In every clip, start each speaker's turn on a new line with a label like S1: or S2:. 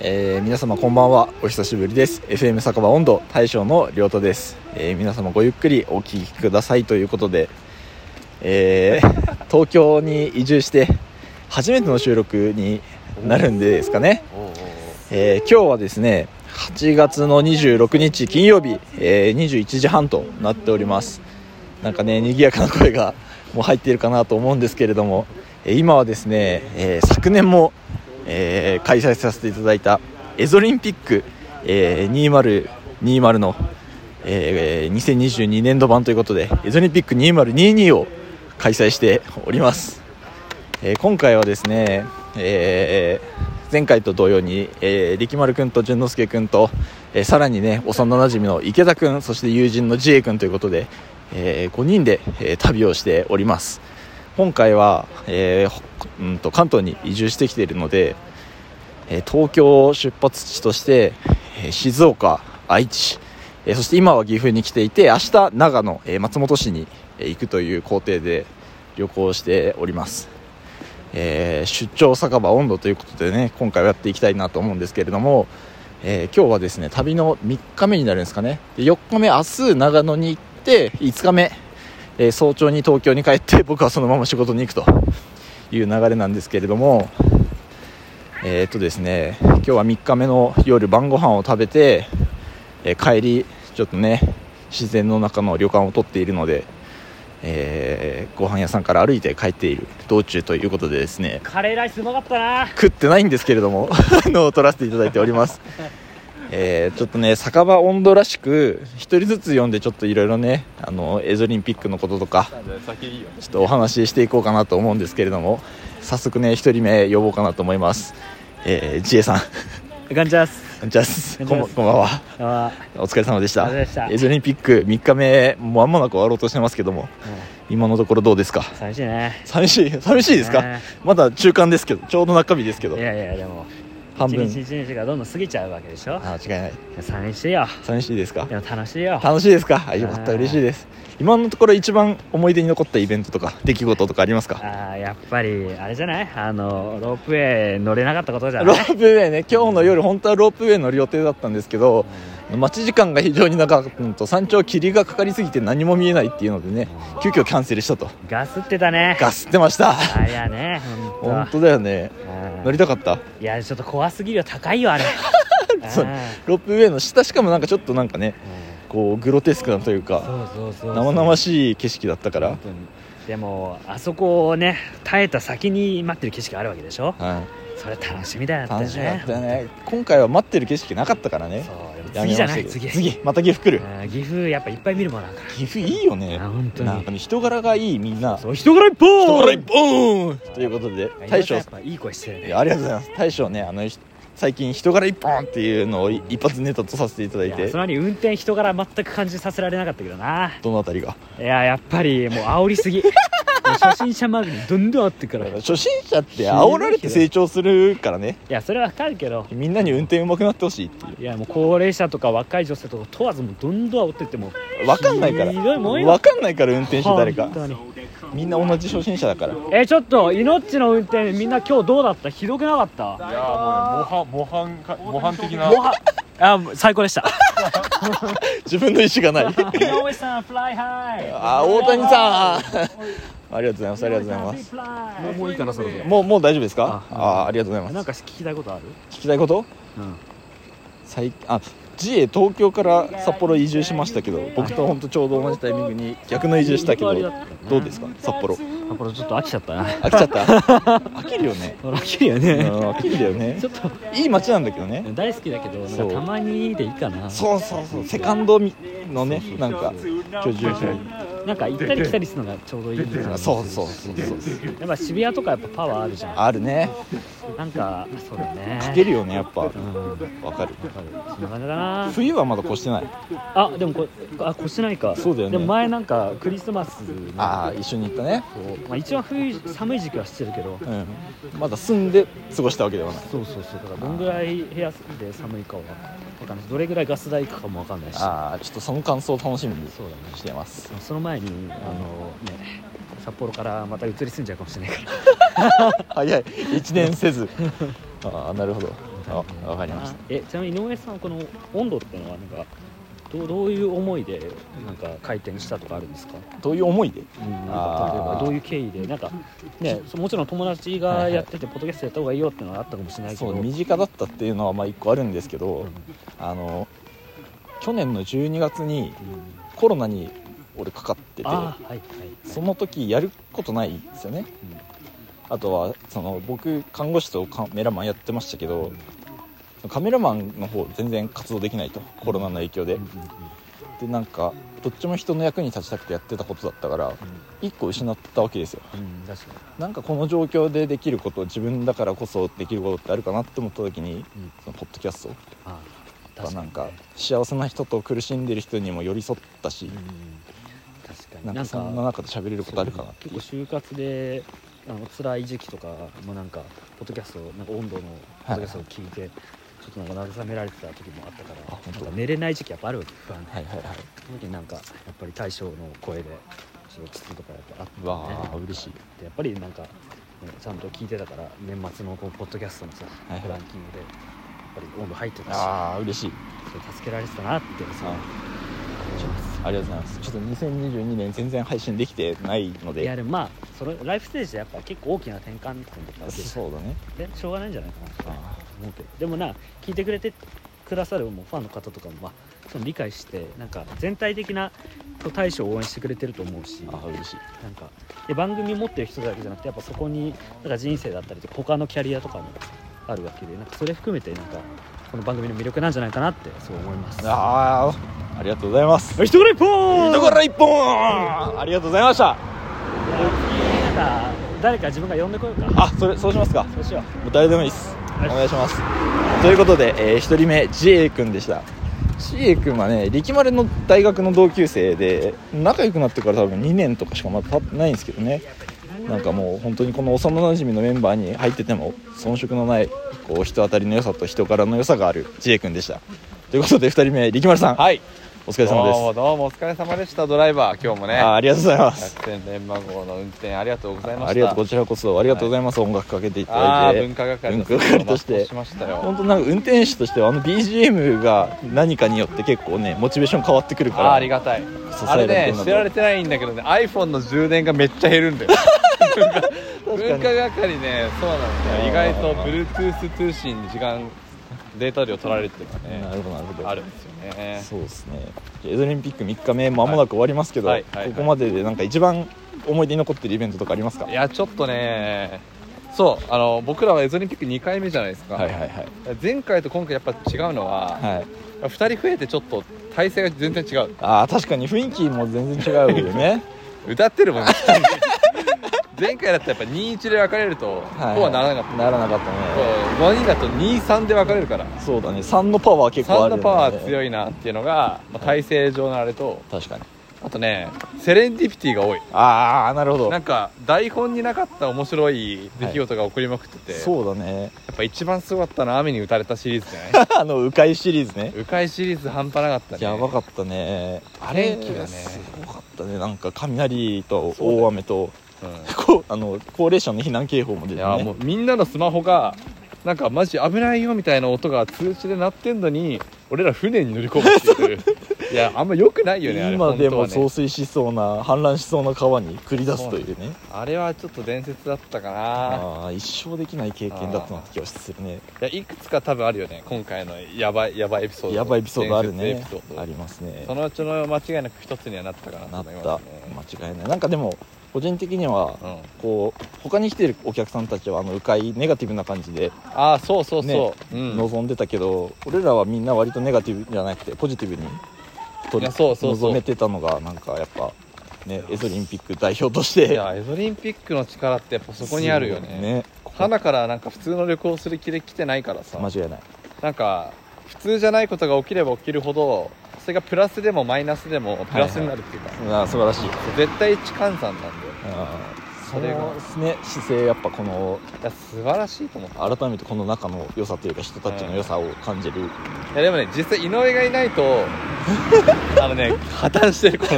S1: えー皆様こんばんはお久しぶりです FM 酒場温度大将の亮太です、えー皆様ごゆっくりお聞きくださいということで、え ー東京に移住して初めての収録になるんですかね、
S2: おうおうおう
S1: えー今日はですね8月の26日金曜日、えー21時半となっておりますなんかね賑やかな声がもう入っているかなと思うんですけれども、えー今はですね、えー昨年も、えー開催させていただいたエゾリンピック、えー2020の、えー2022年度版ということでエゾリンピック2022を開催しておりますえー今回はですね、えー前回と同様に、えー力丸くんと淳之介くんと、えーさらにね幼なじみの池田くんそして友人のジエくんということで、え5人で、えー旅をしております今回は、えーほうんと関東に移住してきているので、えー東京を出発地として、えー静岡愛知、えーそして今は岐阜に来ていて明日長野、えー松本市に、えー行くという工程で旅行しておりますえー出張酒場温度ということでね今回はやっていきたいなと思うんですけれども、えー今日はですね旅の3日目になるんですかねで4日目明日長野に行って5日目、えー早朝に東京に帰って 僕はそのまま仕事に行くという流れなんですけれどもえーっとですね今日は3日目の夜晩ご飯を食べて、えー帰りちょっとね自然の中の旅館を取っているのでえーご飯屋さんから歩いて帰っている道中ということでですね
S2: カレーライスうまかったな
S1: 食ってないんですけれども あの撮らせていただいております、 えーちょっとね酒場温度らしく1人ずつ読んでちょっといろいろねあのエゾリンピックのこととか
S2: 先いいよ
S1: ちょっとお話ししていこうかなと思うんですけれども早速ね1人目呼ぼうかなと思いますえー、ジエさん
S2: ガンジャース
S1: じゃあこんばこんばんは
S2: あ
S1: お疲れ様でした
S2: お疲れ様でした
S1: エゾリンピック3日目もう間もなく終わろうとしてますけども今のところどうですか
S2: 寂しいね
S1: 寂しい寂しいですか、
S2: ね
S1: まだ中間ですけどちょうど中日ですけど
S2: いやいやでも
S1: 半分
S2: 一日一日がどんどん過ぎちゃうわけでしょ
S1: あ違いない
S2: 寂しいよ
S1: 寂しいですか
S2: でも楽しいよ
S1: 楽しいですかあよかった
S2: はい
S1: 嬉しいです今のところ一番思い出に残ったイベントとか出来事とかあります か
S2: ああやっぱりあれじゃないあのロープウェイ乗れなかったことじゃ
S1: ロ
S2: ない
S1: ープウェイね今日の夜本当はロープウェイ乗る予定だったんですけど待ち時間が非常に長かったのと山頂霧がかかりすぎて何も見えないっていうのでね急遽キャンセルしたと
S2: ガスってたね
S1: ガスってました
S2: あいやね
S1: 本
S2: 本当
S1: 当だよね乗りたかった
S2: いやちょっと怖すぎるよ高いよあれ
S1: そう
S2: あ
S1: ロープウェイの下しかもなんかちょっとなんかね
S2: ーうん
S1: こうグロテスクなというか
S2: そうそうそうそう
S1: 生々しい景色だったから
S2: 本当にでもあそこをね耐えた先に待ってる景色があるわけでしょ
S1: はい
S2: それ楽しみだよ
S1: 楽しかった
S2: よ
S1: ね今回は待ってる景色なかったからね
S2: そうで
S1: や
S2: も
S1: め
S2: 次じゃ
S1: ま
S2: な
S1: した
S2: い
S1: けど
S2: 次
S1: 次また岐阜来る
S2: あー岐阜やっぱいっぱい見るもんなんか
S1: 岐阜いいよね
S2: あ本当に
S1: なんかね人柄がいいみんな人
S2: そう人柄いっぱい
S1: 柄いっぽんということで大将
S2: やっぱいい声してる
S1: い
S2: ね
S1: やありがとうございます大将ねあのひ最近人柄一本っていうのをい一発ネタとさせていただ
S2: い
S1: い
S2: や
S1: て
S2: そのに運転人柄全く感じさせられなかったけどな
S1: どのあたりが
S2: いややっぱりもう煽り すぎもう初心者マークにどんどん煽ってくからい
S1: 初心者って煽られて成長するからね
S2: やそれはわかるけど
S1: みんなに運転上手くなってほしいってい
S2: いやもう高齢者とか若い女性とか問わずもうどんどん煽ってっても
S1: う分かんないから
S2: ひどいもんよ
S1: 分かんないから運転手誰か
S2: 本当に
S1: みんな同じ初心者だから
S2: えちょっとイノッチの運転みんな今日どうだったひどくなかった
S3: いやーもうね模範模範か模範的な
S2: もはあ最高でした
S1: 自分の意思がない
S2: 井上さんフライハイ
S1: あー大谷さんありがとうございますありがとうございます
S2: ます
S3: もういいかなそろそろ
S1: もうもう大丈夫ですか
S2: あ
S1: ああーありがとうござい
S2: な
S1: ま
S2: ん
S1: す
S2: か聞きたいことある
S1: 聞きたいこと
S2: うん
S1: 最あ自衛東京から札幌移住しましたけど僕と本当ちょうど同じタイミングに逆の移住したけどどうですか札幌
S2: あこれちょっと飽きちゃったな
S1: 飽きちゃった 飽きるよね
S2: 飽きるよ
S1: うん
S2: ね
S1: 飽きるよね
S2: ちょっと
S1: いい街なんだけどね
S2: 大好きだけどな
S1: そ
S2: ん
S1: う
S2: かたまにでいいかな
S1: そうそうそうセカンドみのねなんか居住
S2: なんか行ったり来たりするのがちょうどいい
S1: 者
S2: や
S1: がそうそうそうそう
S2: っぱ渋谷とかやっぱパワーあるじゃん
S1: あるね
S2: なんかそうだね
S1: かけるよねやっぱ
S2: うん
S1: わかる
S2: そんな感じだな
S1: 冬はまだ越してない
S2: あでもこあ越してないか
S1: そうだよね
S2: でも前なんかクリスマスの
S1: ああ一緒に行ったね
S2: こうまあ、一番冬寒い時期はしてるけど
S1: うんまだ住んで過ごしたわけではない
S2: そうそうそうだからどんぐらい部屋で寒いかは分かんないしどれぐらいガス代いくかも分かんないし
S1: ああちょっとその感想を楽しみに
S2: そうだね
S1: してます
S2: その前にあの、ね、札幌からまた移り住んじゃうかもしれないから
S1: 早い一年せず ああなるほど
S2: みたい
S1: あ
S2: な
S1: わかりました
S2: えちなみに井上さんはこの温度っていうのはなんかどうどういう思いでなんか回転したとかあるんですか、
S1: どういう思いで
S2: うん、なん
S1: あ
S2: か
S1: ー
S2: 例えばどういう経緯でなんか、ね、そもちろん友達がやっててポッドキャストやった方がいいよっていうのはあったかもしれないけ
S1: そ
S2: ど
S1: う身近だったっていうのはまあ1個あるんですけ
S2: うん
S1: ど
S2: うん
S1: あの去年の12月にコロナに俺かかってて
S2: あーはいはい
S1: その時やることないんですよねあとはその僕看護師とカメラマンやってましたけどカメラマンの方全然活動できないとコロナの影響で
S2: うんうんうん
S1: でなんかどっちも人の役に立ちたくてやってたことだったから1個失ったわけですよ
S2: うんうん確か
S1: なんかこの状況でできること自分だからこそできることってあるかなって思った時に
S2: に、うん、
S1: そのポッドキャスト
S2: あー
S1: が
S2: 確か
S1: な
S2: に
S1: ん
S2: ね
S1: か幸せな人と苦しんでる人にも寄り添ったし
S2: うん確かに
S1: なんかそんな中で喋れることあるかなって
S2: 結構就活であの辛い時期とかもなんかポッドキャストなんか温度のポッドキャストを聞いて、ちょっとなんか慰められてた時もあったか
S1: あ本
S2: ら
S1: 当
S2: なんか寝れない時期やっぱあるわけ不安
S1: はいはいはい
S2: その時になんかやっぱり大将の声でちょっときついとかやっぱあって、
S1: うわー嬉しい
S2: でやっぱりなんか、ね、ちゃんと聞いてたから年末のこうポッドキャストのさ、
S1: はいはい
S2: ランキングでやっぱり温度入ってたし
S1: ああ嬉しい
S2: それ助けられてたなってそう
S1: あ
S2: 思います
S1: ありがとうございますちょっと2022年全然配信できてないの
S2: いや
S1: で
S2: でもまあそのライフステージでやっぱ結構大きな転換点だったわけです
S1: そ
S2: よ
S1: うだね
S2: でしょうがないんじゃないかなと
S1: あ
S2: 思ってでもな聞いてくれてくださるもうファンの方とかもまあその理解してなんか全体的なこう対処を応援してくれてると思うし
S1: あ嬉しい
S2: なんかで番組持ってる人だけじゃなくてやっぱそこになんか人生だったりとか他のキャリアとかもあるわけでなんかそれ含めてなんかこの番組の魅力なんじゃないかなってそう思います
S1: ああありがとうございます
S2: 一言一本
S1: だから一本ありがとうございました
S2: なんか誰か自分が呼んでこようか
S1: あそれそうしますか
S2: そうしよう
S1: もう誰でもいいです
S2: はい
S1: お願いしますということで、え1人目 JA 君でした JA 君はね力丸の大学の同級生で仲良くなってから多分2年とかしかまだ経ってないんですけどねなんかもう本当にこの幼なじみのメンバーに入ってても遜色のないこう人当たりの良さと人柄の良さがある JA 君でしたということで2人目力丸さん、
S3: はい
S1: お疲れ
S3: どう
S1: 様です
S3: もどうもお疲れ様でしたドライバー今日もね
S1: あありがとうございます
S3: 百戦錬磨号の運転ありがとうございました
S1: ありがとうこちらこそありがとうございます、音楽かけていた
S3: あ
S1: だ
S3: ー
S1: い
S3: 文
S1: て
S3: 化係
S1: 文化係として
S3: お待ちしましたよ
S1: 本当なんか運転手としてはあの BGM が何かによって結構ねモチベーション変わってくるから
S3: あーありがたい
S1: 支
S3: あ
S1: えられ
S3: れ
S1: てる
S3: ね
S1: なと
S3: 知られてないんだけどね iPhone の充電がめっちゃ減るんだよ文
S1: 確かに
S3: 化係ねそうなんだよ意外と
S1: あ
S3: Bluetooth 通信に時間データ量取られてるのが
S1: な
S3: ね
S1: るほどなるほど
S3: あるんですよね
S1: そうですねじゃあエドリンピック3日目まもなく終わりますけど、
S3: はいはいはい
S1: ここまででなんか一番思い出に残ってるイベントとかありますか
S3: いやちょっとねそうあの僕らはエゾリンピック2回目じゃないですか、
S1: はいはいはい
S3: 前回と今回やっぱ違うのは、
S1: はい
S3: 2人増えてちょっと体勢が全然違う
S1: あー確かに雰囲気も全然違うよ ね
S3: 歌ってるもん 前回だったらやっぱ21で分かれるとこう
S1: はい
S3: はならなかった
S1: ならなかったね
S3: 5人だと23で分かれるから
S1: そうだね3のパワー結構あるよ
S3: 3の
S1: ね
S3: パワー強いなっていうのが、まあ、体勢上のあれと
S1: 確かに
S3: あとねセレンディピティが多い
S1: ああなるほど
S3: なんか台本になかった面白い出来事が起こりまくってて、や
S1: そうだね
S3: っぱ一番すごかったのは雨に打たれたシリーズじゃない
S1: あの迂回シリーズね
S3: 迂回シリーズ半端なかったね
S1: やばかったねあれ
S3: 天気がね
S1: すごかったねなんか雷と大雨と、
S3: うん
S1: こうあの高齢者の避難警報も出
S3: い
S1: て
S3: や
S1: ね
S3: もうみんなのスマホがなんかマジ危ないよみたいな音が通知で鳴ってんのに俺ら船に乗り込むっていう いやあんま良くないよねあれ
S1: 今でも
S3: 本当は
S1: 増
S3: ね
S1: 水しそうな、氾濫しそうな川に繰り出すというね
S3: あれはちょっと伝説だったかな
S1: ああ一生できない経験だったなって気がするね
S3: いやいくつか多分あるよね今回のやばいやばいエピソード
S1: やばいエピソードある
S3: 伝
S1: ね
S3: 説エピソード
S1: ありますね
S3: そのうちの間違いなく一つにはなったかなと
S1: なっ
S3: 思い
S1: た
S3: ます
S1: 間違いないなんかでも個人的には、
S3: ねうん
S1: こう他に来てるお客さんたちはあの迂回ネガティブな感じで
S3: ああそうそう
S1: ね
S3: そう、うん
S1: 望んでたけど、俺らはみんな割とネガティブじゃなくてポジティブに取
S3: い
S1: り
S3: やそうそうそう
S1: 望めてたのがなんかやっぱねエゾリンピック代表として
S3: いやエゾリンピックの力ってやっぱそこにあるよね
S1: ここ
S3: 花からなんか普通の旅行する気で来てないからさ
S1: 間違いない
S3: なんか普通じゃないことが起きれば起きるほどそれがプラスでもマイナスでもプラスになるっていうか、
S1: あ素晴らしい
S3: 絶対一換算なんだよ
S1: そ
S3: そ
S1: れ
S3: れが
S1: がね姿勢やっぱこの
S3: いや素晴らしいと思った
S1: 改めてこの中の良さというか人たちの良さを感じる、
S3: いやでもね実際井上がいない とあのね破綻してるこの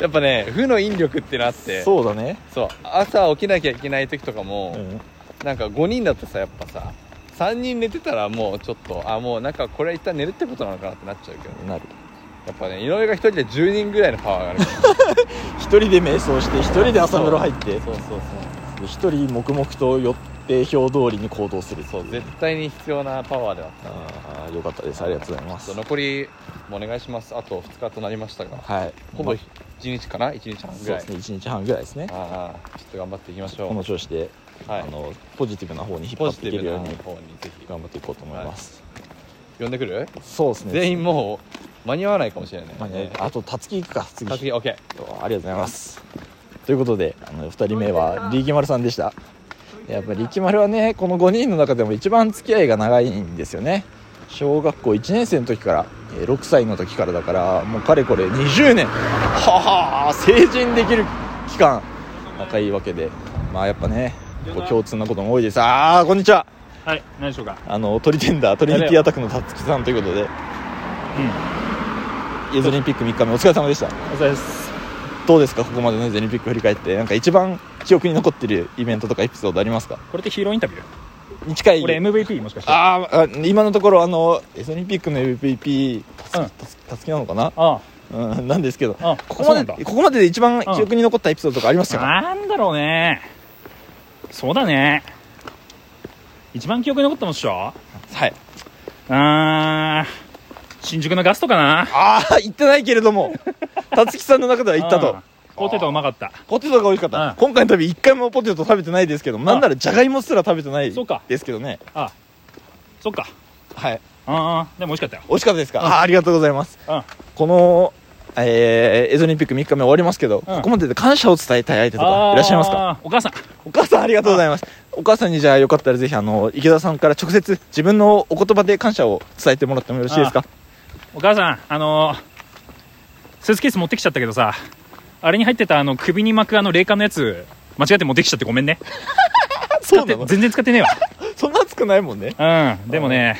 S3: やっぱね負の引力ってなってそう
S1: そうだね、
S3: 朝起きなきゃいけない時とかも、
S1: うん
S3: なんか5人だとさやっぱさ3人寝てたらもうちょっとあもうなんかこれは一旦寝るってことなのかなってなっちゃうけど
S1: なる
S3: やっぱね井上が1人で10人ぐらいのパワーがあるから
S1: 一人で瞑想して一人で朝風呂入って
S3: そうそうそう
S1: 一人黙々と予定表通りに行動する
S3: そう絶対に必要なパワーでは
S1: ああよかったですありがとうございま
S3: ちょ
S1: す
S3: っと残りもお願いしますあと2日となりましたが
S1: はい
S3: ほぼ1日かな1日半
S1: そう
S3: ぐら
S1: で
S3: い
S1: すね1日半ぐらいですね
S3: ああちょっと頑張っていきましょ
S1: この
S3: う
S1: 調子で、
S3: はい
S1: あのポジティブな方に引っ張
S3: ポ
S1: っ
S3: ジ
S1: て
S3: テ
S1: いけ
S3: ィ
S1: る
S3: ブ
S1: よう
S3: な
S1: に
S3: 方にぜひ
S1: 頑張っていこうと思います、
S3: 呼んでくる
S1: そうですね
S3: 全員もう間に合わないかもしれない
S1: まあね、あとたつき行くか次
S3: さすが
S1: あ
S3: OK
S1: りがとうございますということであの2人目は力丸さんでしたやっぱり力丸はねこの5人の中でも一番付き合いが長いんですよね小学校1年生の時からえー6歳の時からだからもうかれこれ20年はは成人できる期間仲いいわけでまあやっぱねこう共通なことも多いですああこんにちは
S2: はい何でしょうか
S1: あのトリテンダートリニティアタックのたつきさんということでイエズオリンピック3日目お疲れ様でした
S2: お疲れ様です
S1: どうですかここまでのゼリンピック振り返ってなんか一番記憶に残ってるイベントとかエピソードありますか
S2: これってヒーローインタビュー
S1: に近い
S2: 俺 MVP もしかしてあ
S1: あーあ今のところあのエスオリンピックの MVP
S2: うん
S1: たつたつきなのかな、
S2: あ
S1: うん、なんですけど
S2: あ
S1: ここ
S2: そうな
S1: ま
S2: んだ
S1: でここまでで一番記憶に残ったエピソードとかありますか、
S2: なんだろうねそうだね一番記憶に残ったもんっしょ
S1: はい
S2: あー新宿のガストかな
S1: ああ行ってないけれど もたつきさんの中では行ったと
S2: うんポテトうまかった
S1: ポテトが美味しかった、
S2: うん
S1: 今回の旅一回もポテト食べてないですけどなんならじゃがいもすら食べてない
S2: そうか
S1: ですけどね
S2: そっか
S1: はい
S2: ああでも美味しかったよ
S1: 美味しかったですか、
S2: うん
S1: あーありがとうございます
S2: うん
S1: この、えー、エゾリンピック3日目終わりますけど、ここまでで感謝を伝えたい相手とかいらっしゃいますか
S2: あーお母さん
S1: お母さんありがとうございますお母さんにじゃあよかったらぜひあの池田さんから直接自分のお言葉で感謝を伝えてもらってもよろしいですか
S2: お母さんあのースーツケース持ってきちゃったけどさあれに入ってたあの首に巻くあの霊感のやつ間違って持ってきちゃってごめんね使
S1: そ
S2: っ
S1: うな
S2: て
S1: の
S2: 全然使ってねえわ
S1: そんな熱くないもんね
S2: うん、でもね、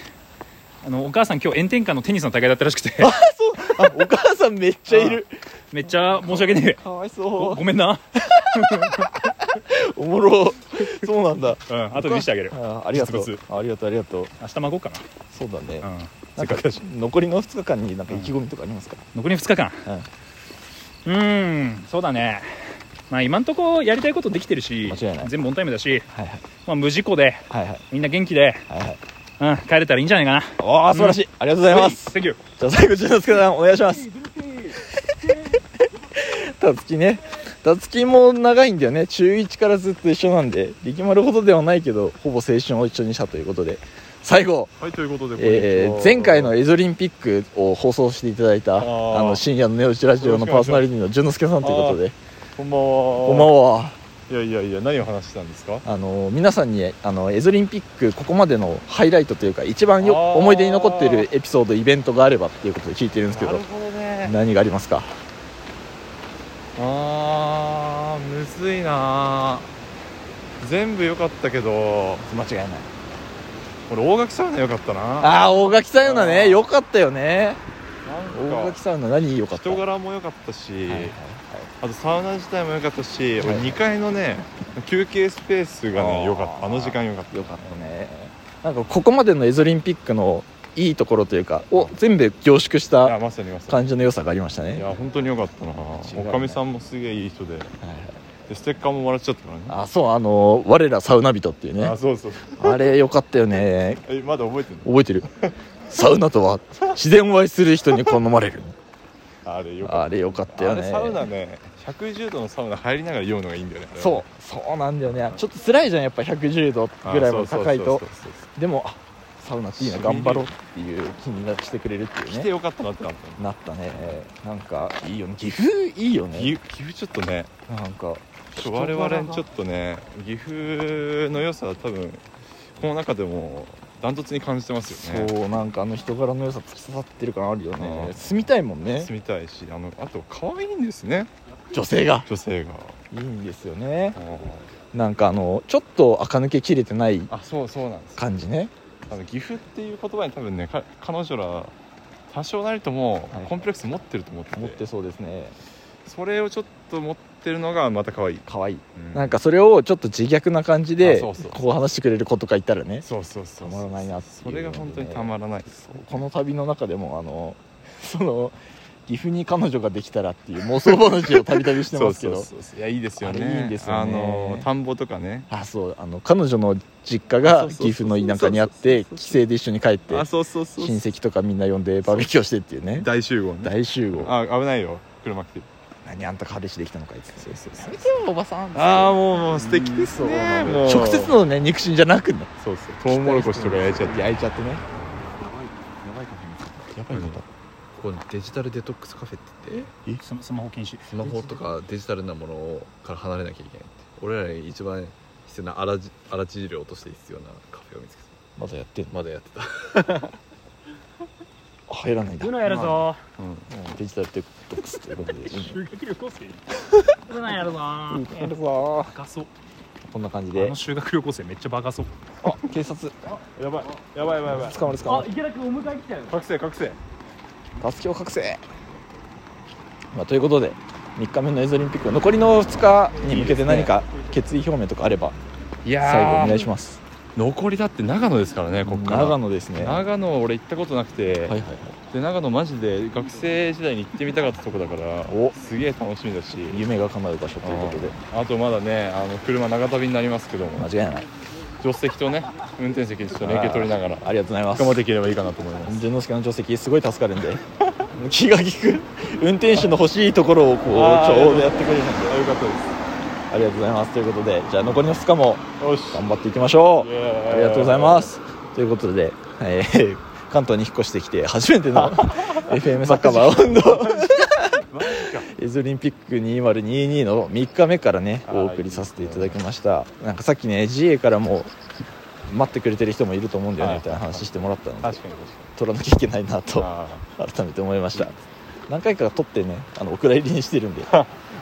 S2: あのお母さん、今日炎天下のテニスの大会だったらしくて、
S1: あお母さんめっちゃいる
S2: めっちゃ申し訳ねえ、
S1: かわい
S2: ご
S1: そ
S2: ごめん
S1: う
S2: な、
S1: おもろそうなんだ
S2: うん、後で見せてあげる、
S1: あーありがとう
S2: 実
S1: ありがとうありがとう
S2: 明日孫かな、
S1: そうだね、
S2: うん、
S1: な
S2: せ
S1: ん
S2: っ
S1: か
S2: かくだし、
S1: 残りの2日間になんか意気込みとかありますか、
S2: 残り2日間、うーん、そうだね、まあ、今んとこやりたいことできてるし、
S1: 間違いない
S2: 全部オンタイムだし、
S1: はいはい
S2: まあ、無事故で、
S1: はいはい
S2: みんな元気で、
S1: はいはい
S2: うん、帰れたらいいんじゃないかな。
S1: おー素晴らしい、ありがとうございます、
S2: はい Thank you
S1: じゃあ最後、淳之介さん、お願いします。たつきね。たつきも長いんだよね。中1からずっと一緒なんで、力丸ほどではないけど、ほぼ青春を一緒にしたということで。最後、
S3: はいということで
S1: えー前回のエゾリンピックを放送していただいた、あ
S3: ー
S1: の、深夜のネオチラジオのパーソナリティの淳之介さんということで、
S3: こんばん
S1: こんばん
S3: は
S1: は。
S3: いやいやいや何を話してたんですか
S1: あの、皆さんに、あの、エゾリンピック、ここまでのハイライトというか、一番よ
S3: あー
S1: 思い出に残っているエピソード、イベントがあればっていうことで聞いてるんですけど、
S3: ほどね
S1: 何がありますか
S3: あーむずいな全部良かったけど
S1: 間違いない
S3: 俺大垣サウナ良かったな
S1: ああ大垣サウナ
S3: あ
S1: ね
S3: ー
S1: よかったよね
S3: な
S1: 大
S3: ん
S1: 垣
S3: か
S1: サウナ何よかった
S3: 人柄も良かったし、
S1: はいはいはい
S3: あとサウナ自体も良かったし、
S1: はい
S3: 俺2階のね休憩スペースが
S1: あ
S3: ね
S1: ー
S3: 良かったあの時間良かった
S1: よかったねなんかここまでのエゾリンピックのいいところというかを全部凝縮し
S3: いや
S1: た
S3: まさにまさ
S1: 感じの良さがありました
S3: にい
S1: ね
S3: や本当に良かったなお
S1: 違うね
S3: かみさんもすげえいい人で
S1: はいはい
S3: でステッカーももらっちゃったからね
S1: あそうあのー我らサウナ人っていうね
S3: あそうそう
S1: あれよかったよね
S3: えまだ覚えてる
S1: 覚えてるサウナとは自然を愛する人に好まれる
S3: あれよか
S1: あ
S3: っ
S1: れよかった
S3: た
S1: よ
S3: あ
S1: ね
S3: れサウナね110度のサウナ入りながら酔うのがいいんだよね
S1: そうそうなんだよねちょっと辛いじゃんやっぱ110度
S3: あ
S1: ぐ
S3: れ
S1: らい
S3: そ
S1: も
S3: うそう
S1: 高い
S3: そう
S1: と
S3: そうそうそう
S1: でもあサウナっていいな
S3: 染み
S1: 頑
S3: る
S1: 張ろうっていう気になしてくれるってい
S3: 来
S1: う
S3: て
S1: ね
S3: よかったなってなった
S1: なったねなんかいいよね岐阜いいよ
S3: 岐
S1: ね
S3: 阜岐阜ちょっとね
S1: なんか
S3: ちょ我々にちょっとね岐阜の良さは多分この中でもダントツに感じてますよね
S1: そうなんかあの人柄の良さ突き刺さってる感あるよね
S3: うん
S1: 住みたいもんね
S3: 住みたいしあのあと可愛いんですね
S1: 女性が
S3: 女性が
S1: いいんですよね
S3: あ
S1: なんかあのちょっと垢抜け切れてない
S3: そうそうなんです
S1: 感じね
S3: あの岐阜っていう言葉に多分ねか彼女ら多少なりとも
S1: はい
S3: コンプレックス持ってると思ってて、
S1: 持ってそうですね
S3: それをちょっと持っってるのがまた可愛い、
S1: 可愛い
S3: うん
S1: なんかそれをちょっと自虐な感じで
S3: あそうそう
S1: こう話してくれる子とかいたらね
S3: そうそうそう
S1: たまらないなっていう
S3: それが本当にたまらない
S1: この旅の中でもあの その岐阜に彼女ができたらっていう妄想話をたびたびしてますけど
S3: そうそうそういやいいですよね
S1: あれいいですよね
S3: あの田んぼとかね
S1: あそうあの彼女の実家が岐阜の田舎にあって帰省で一緒に帰って
S3: あそうそうそう
S1: 親戚とかみんな呼んでバーベキューをしてっていうね
S3: 大集合ね
S1: 大集合
S3: あ危ないよ車来てる
S1: 何あんた彼氏できたのかいってそうそうそう
S3: ああもうもう素敵ですねもう
S1: 直接のね肉親じゃなくね
S3: そうそうトウモロコシとか焼いちゃって
S1: 焼いちゃってね
S3: やばいこと
S4: ここデジタルデトックスカフェって言って
S5: スマスマホ禁止
S4: スマホとかデジタルなものをから離れなきゃいけないって俺らに一番必要な荒じ荒治療として必要なカフェを見つけた
S1: まだやってんの
S4: まだやってた
S1: あ入らないんだ
S5: うのやるぞ
S3: うん
S1: うんデジタルテトックスということで
S5: 修 学旅行生 うのやる
S1: う
S5: ぞ
S1: んやるぞ
S5: バカそう
S1: ーこんな感じ
S5: あ
S1: で
S5: の修学旅行生めっちゃバカそう
S1: あ警察
S3: やばいやばいやばいやばい
S1: 捕まる捕ま
S5: 池田君お迎え来たよ
S3: 覚醒覚醒
S1: る助けを隠せまあということで3日目のエゾリンピック残りの2日に向けて何か決意表明とかあれば
S3: い
S1: 最後お
S3: や
S1: 願い
S3: ー
S1: します
S3: 残りだって長野ですからねこっから
S1: 長野ですねは
S3: 長野俺行ったことなくて、
S1: いはいはい
S3: で長野マジで学生時代に行ってみたかったとこだから
S1: お
S3: すげえ楽しみだし
S1: 夢が叶う場所ということで
S3: あとまだねあの車長旅になりますけども
S1: 間違いない
S3: 助手席とね運転席でちょっと連携取りながら
S1: ありがとうございます
S3: 頑張っていければいいかなと思います
S1: 潤之介の助手席すごい助かるんで 気が利く運転手の欲しいところをこう
S3: あ
S1: ち
S3: ー
S1: ょうどやってくれるんで
S3: あよかったで
S1: ありがとうございますということでじゃあ残りの2日も
S3: すよし
S1: 頑張っていきましょうありがとうございますすということで、えー 関東に引っ越してきて初めて の FM サッカーバウンド エズオリンピック2022の3日目からね
S3: あー
S1: お送りさせていただきましたなんかさっきね GA からも待ってくれてる人もいると思うんだよね
S3: はい
S1: みたいな話してもらったので
S3: 確かに確
S1: 取らなきゃいけないなと
S3: か
S1: 改めて思いました何回か撮ってねあのお蔵入りにしてるんで
S3: に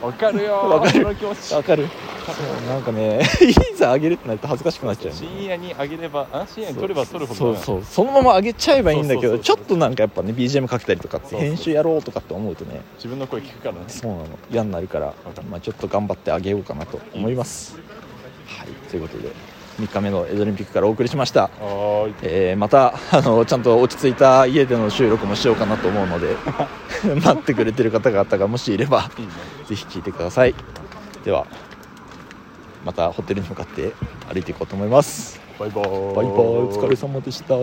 S3: わかるよ
S1: わかる
S3: その気持ち
S1: わかるそうなんかねいざ上げるってなると恥ずかしくなっちゃうね
S3: 深夜にあげればあ深夜に取れば取るほど
S1: そう
S3: ね
S1: そうそのまま上げちゃえばいいんだけ
S3: そう
S1: ど
S3: そう
S1: ち
S3: そ
S1: ょ
S3: う
S1: っとなんかやっぱね BGM かけたりとかって
S3: そうそう
S1: 編集やろうとかって思うとね
S3: 自分の声聞くからね
S1: そうなの嫌になるから
S3: わかる
S1: まあちょっと頑張ってあげようかなと思いますはいということで3日目のエゾリンピックからお送りしました
S3: はーい
S1: えーまたあのちゃんと落ち着いた家での収録もしようかなと思うの で待ってくれてる方々がもしいれば
S3: いいね
S1: ぜひ聞いてくださいではまたホテルに向かって歩いていこうと思います
S3: バイバーイ
S1: バイバイお疲れ様でした